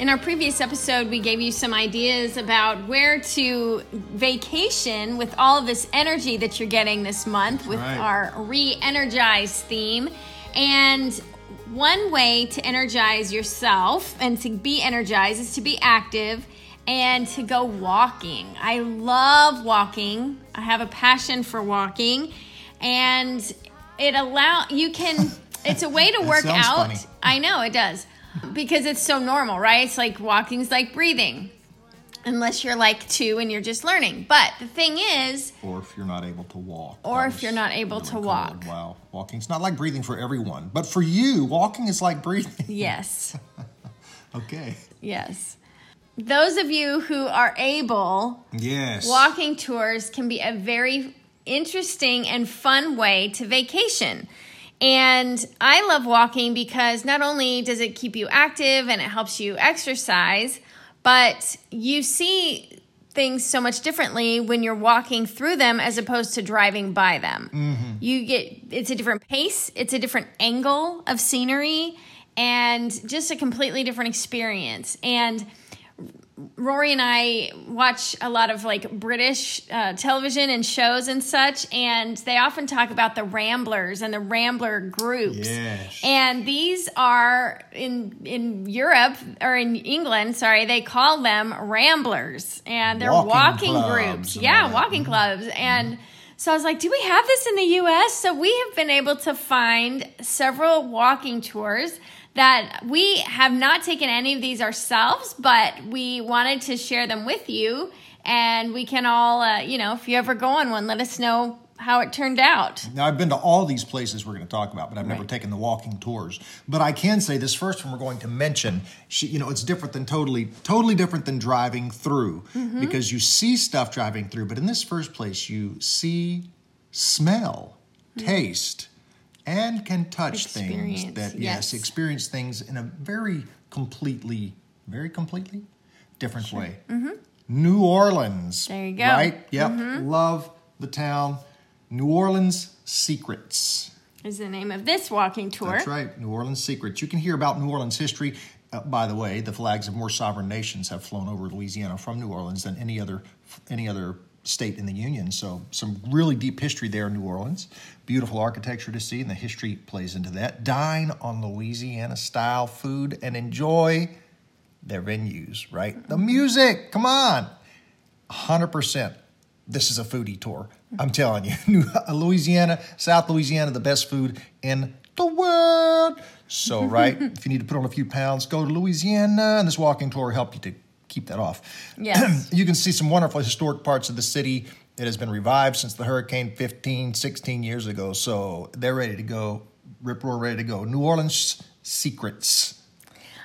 In our previous episode, we gave you some ideas about where to vacation with all of this energy that you're getting this month with Right. our re energize theme. And one way to energize yourself and to be energized is to be active and to go walking. I love walking, I have a passion for walking, and it allow you can. It's a way to work sounds out. funny. I know it does because it's so normal, right? It's like walking's like breathing, unless you're like two and you're just learning. But the thing is, or if you're not able to walk. Or That if was you're not able to cool. walk. Wow, walking's not like breathing for everyone, but for you, walking is like breathing. yes, Okay. yes. Those of you who are able, Yes. walking tours can be a very interesting and fun way to vacation. And I love walking because not only does it keep you active and it helps you exercise, but you see things so much differently when you're walking through them as opposed to driving by them. You get it's a different pace, it's a different angle of scenery and just a completely different experience. And Rory and I watch a lot of like British uh, television and shows and such, and they often talk about the Ramblers and the Rambler groups. Yes. And these are in in Europe or in England, sorry, they call them Ramblers, and they're walking, Walking groups. clubs and Yeah, all that. Mm-hmm. walking clubs and. So I was like, do we have this in the US? So we have been able to find several walking tours that we have not taken any of these ourselves, but we wanted to share them with you. And we can all, uh, you know, if you ever go on one, let us know how it turned out. Now, I've been to all these places we're going to talk about, but I've never Right. taken the walking tours. But I can say this first one we're going to mention, she, you know, it's different than totally, totally different than driving through Mm-hmm. because you see stuff driving through. But in this first place, you see, smell, taste, and can touch Hmm. Experience, things that, yes. yes, experience things in a very completely, very completely different way. New Orleans. There you go. Mm-hmm. Right? Yep. Love the town. New Orleans Secrets. Is the name of this walking tour. That's right. New Orleans Secrets. You can hear about New Orleans history. Uh, by the way, the flags of more sovereign nations have flown over Louisiana from New Orleans than any other any other state in the union. So some really deep history there in New Orleans. Beautiful architecture to see, and the history plays into that. Dine on Louisiana style food and enjoy their venues. Right, Mm-hmm. the music. Come on. 100%. This is a foodie tour. I'm telling you. New uh, Louisiana, South Louisiana, the best food in the world. So, right, if you need to put on a few pounds, go to Louisiana, and this walking tour will help you to keep that off. Yes. you can see some wonderful historic parts of the city. It has been revived since the hurricane 15, 16 years ago. So, they're ready to go. Rip Roar ready to go. New Orleans Secrets.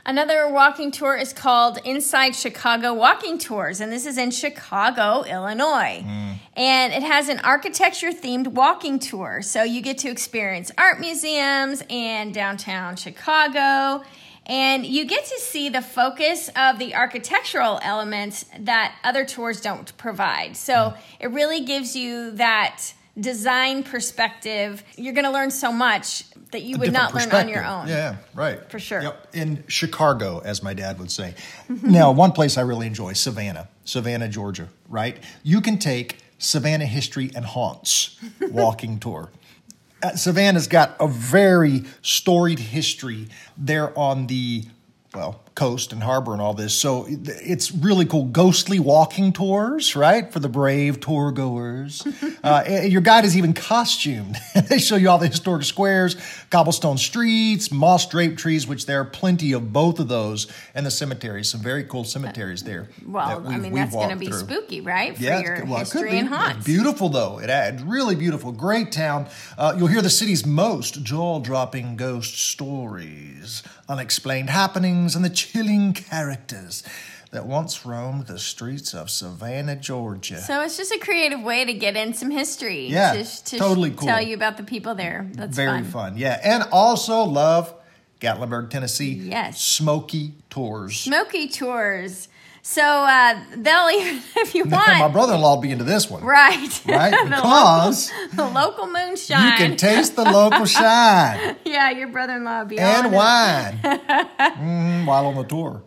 Another walking tour is called Inside Chicago Walking Tours, and this is in Chicago, Illinois. Mm. And it has an architecture themed walking tour. So you get to experience art museums and downtown Chicago. And you get to see the focus of the architectural elements that other tours don't provide. So Mm. it really gives you that design perspective. You're going to learn so much that you would not different learn on your own. perspective. Yeah, right. For sure. Yep. In Chicago, as my dad would say. now, one place I really enjoy, Savannah, Savannah, Georgia, right? You can take Savannah History and Haunts walking tour. Uh, Savannah's got a very storied history there on the well coast and harbor and all this. So it- it's really cool. Ghostly walking tours, right, for the brave tour goers. uh, and your guide is even costumed. they show you all the historic squares, cobblestone streets, moss draped trees, which there are plenty of both of those, and the cemeteries. Some very cool cemeteries there. Well, that I we've- mean, we've that's going to walked be through. spooky, right? For it's your good- well, it could history be. and It's haunts. Beautiful though, it adds really beautiful, great town. Uh, you'll hear the city's most jaw-dropping ghost stories, unexplained happenings, and the chilling characters that once roamed the streets of Savannah, Georgia. So it's just a creative way to get in some history. Yeah, to, sh- to sh- totally cool. Tell you about the people there. That's Very fun. Yeah. And also love Gatlinburg, Tennessee. Yes. Smoky Tours. Smoky tours. So uh, they'll even if you want. My brother in law will be into this one. right. Right? the, local, Because the local moonshine. you can taste the local shine yeah, your brother-in-law will be on and it. wine Mhm, while on the tour.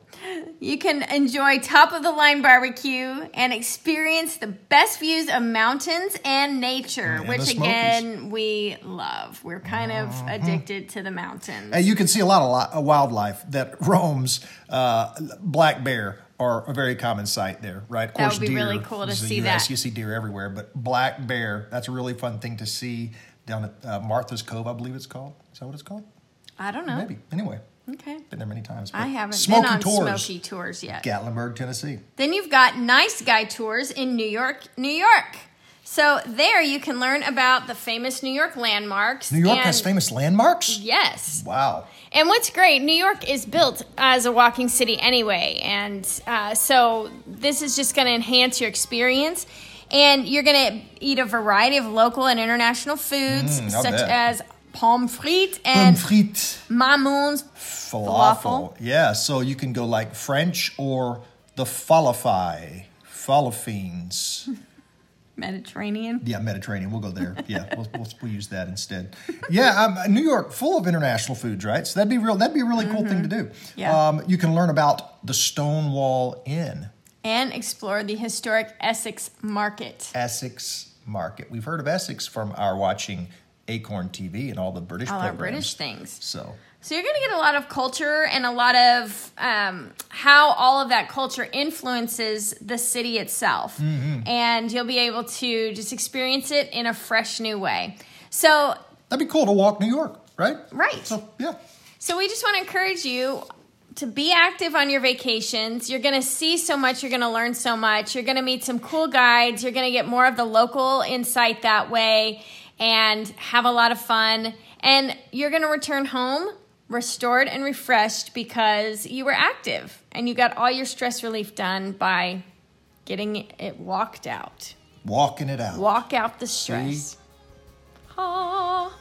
You can enjoy top of the line barbecue and experience the best views of mountains and nature, And the which Smokies. Uh-huh. again we love. We're kind of addicted to the mountains. And you can see a lot of li- uh, wildlife that roams. Uh, black bear are a very common sight there, right? Of That would be really cool to is the see US. that. You see deer everywhere, but black bear, that's a really fun thing to see down at uh, Martha's Cove, I believe it's called. Is that what it's called? I don't know. Maybe. Anyway, Okay. been there many times. but I haven't Smoky been on Tours, smoky tours yet. Gatlinburg, Tennessee. Then you've got nice guy tours in New York, New York. So there you can learn about the famous New York landmarks. New York and- has famous landmarks? Yes. Wow. And what's great, New York is built as a walking city anyway. And uh, so this is just going to enhance your experience. And you're going to eat a variety of local and international foods, Mm, I'll such bet. as pommes frites and And frites. mamoons. falafel. Falafel. Yeah, so you can go like French or the falafel, falafines. Mediterranean. Yeah, Mediterranean. We'll go there. Yeah, we'll, we'll, we'll use that instead. Yeah, um, New York full of international foods, right? So that'd be real. That'd be a really cool thing to do. Mm-hmm. Yeah. Um, you can learn about the Stonewall Inn, And explore the historic Essex Market. Essex Market. We've heard of Essex from our watching Acorn TV and all the British All Oh, our British programs. things. So So you're going to get a lot of culture and a lot of um, how all of that culture influences the city itself, and you'll be able to just experience it in a fresh new way. So, that'd be cool to walk New York, right? Right. So yeah. so we just want to encourage you to be active on your vacations. You're going to see so much. You're going to learn so much. You're going to meet some cool guides. You're going to get more of the local insight that way, and have a lot of fun. And you're going to return home restored and refreshed because you were active and you got all your stress relief done by getting it walked out. Walking it out. Walk out the stress. Ah.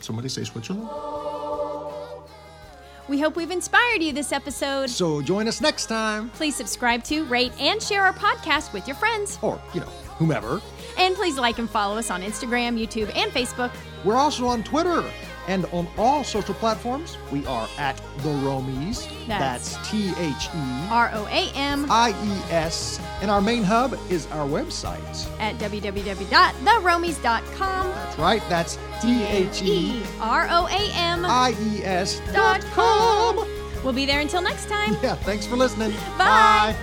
Somebody say Switzerland. We hope we've inspired you this episode. So join us next time, Please subscribe to, rate, and share our podcast with your friends. or, you know, whomever. And please like and follow us on Instagram, YouTube, and Facebook. We're also on Twitter and on all social platforms. We are at The Romies. That's- That's T H E R O A M I E S. And our main hub is our website. at www.theromies.com. That's right. That's T H E E R O A M I E S E dot com. We'll be there until next time. Yeah, thanks for listening. Bye.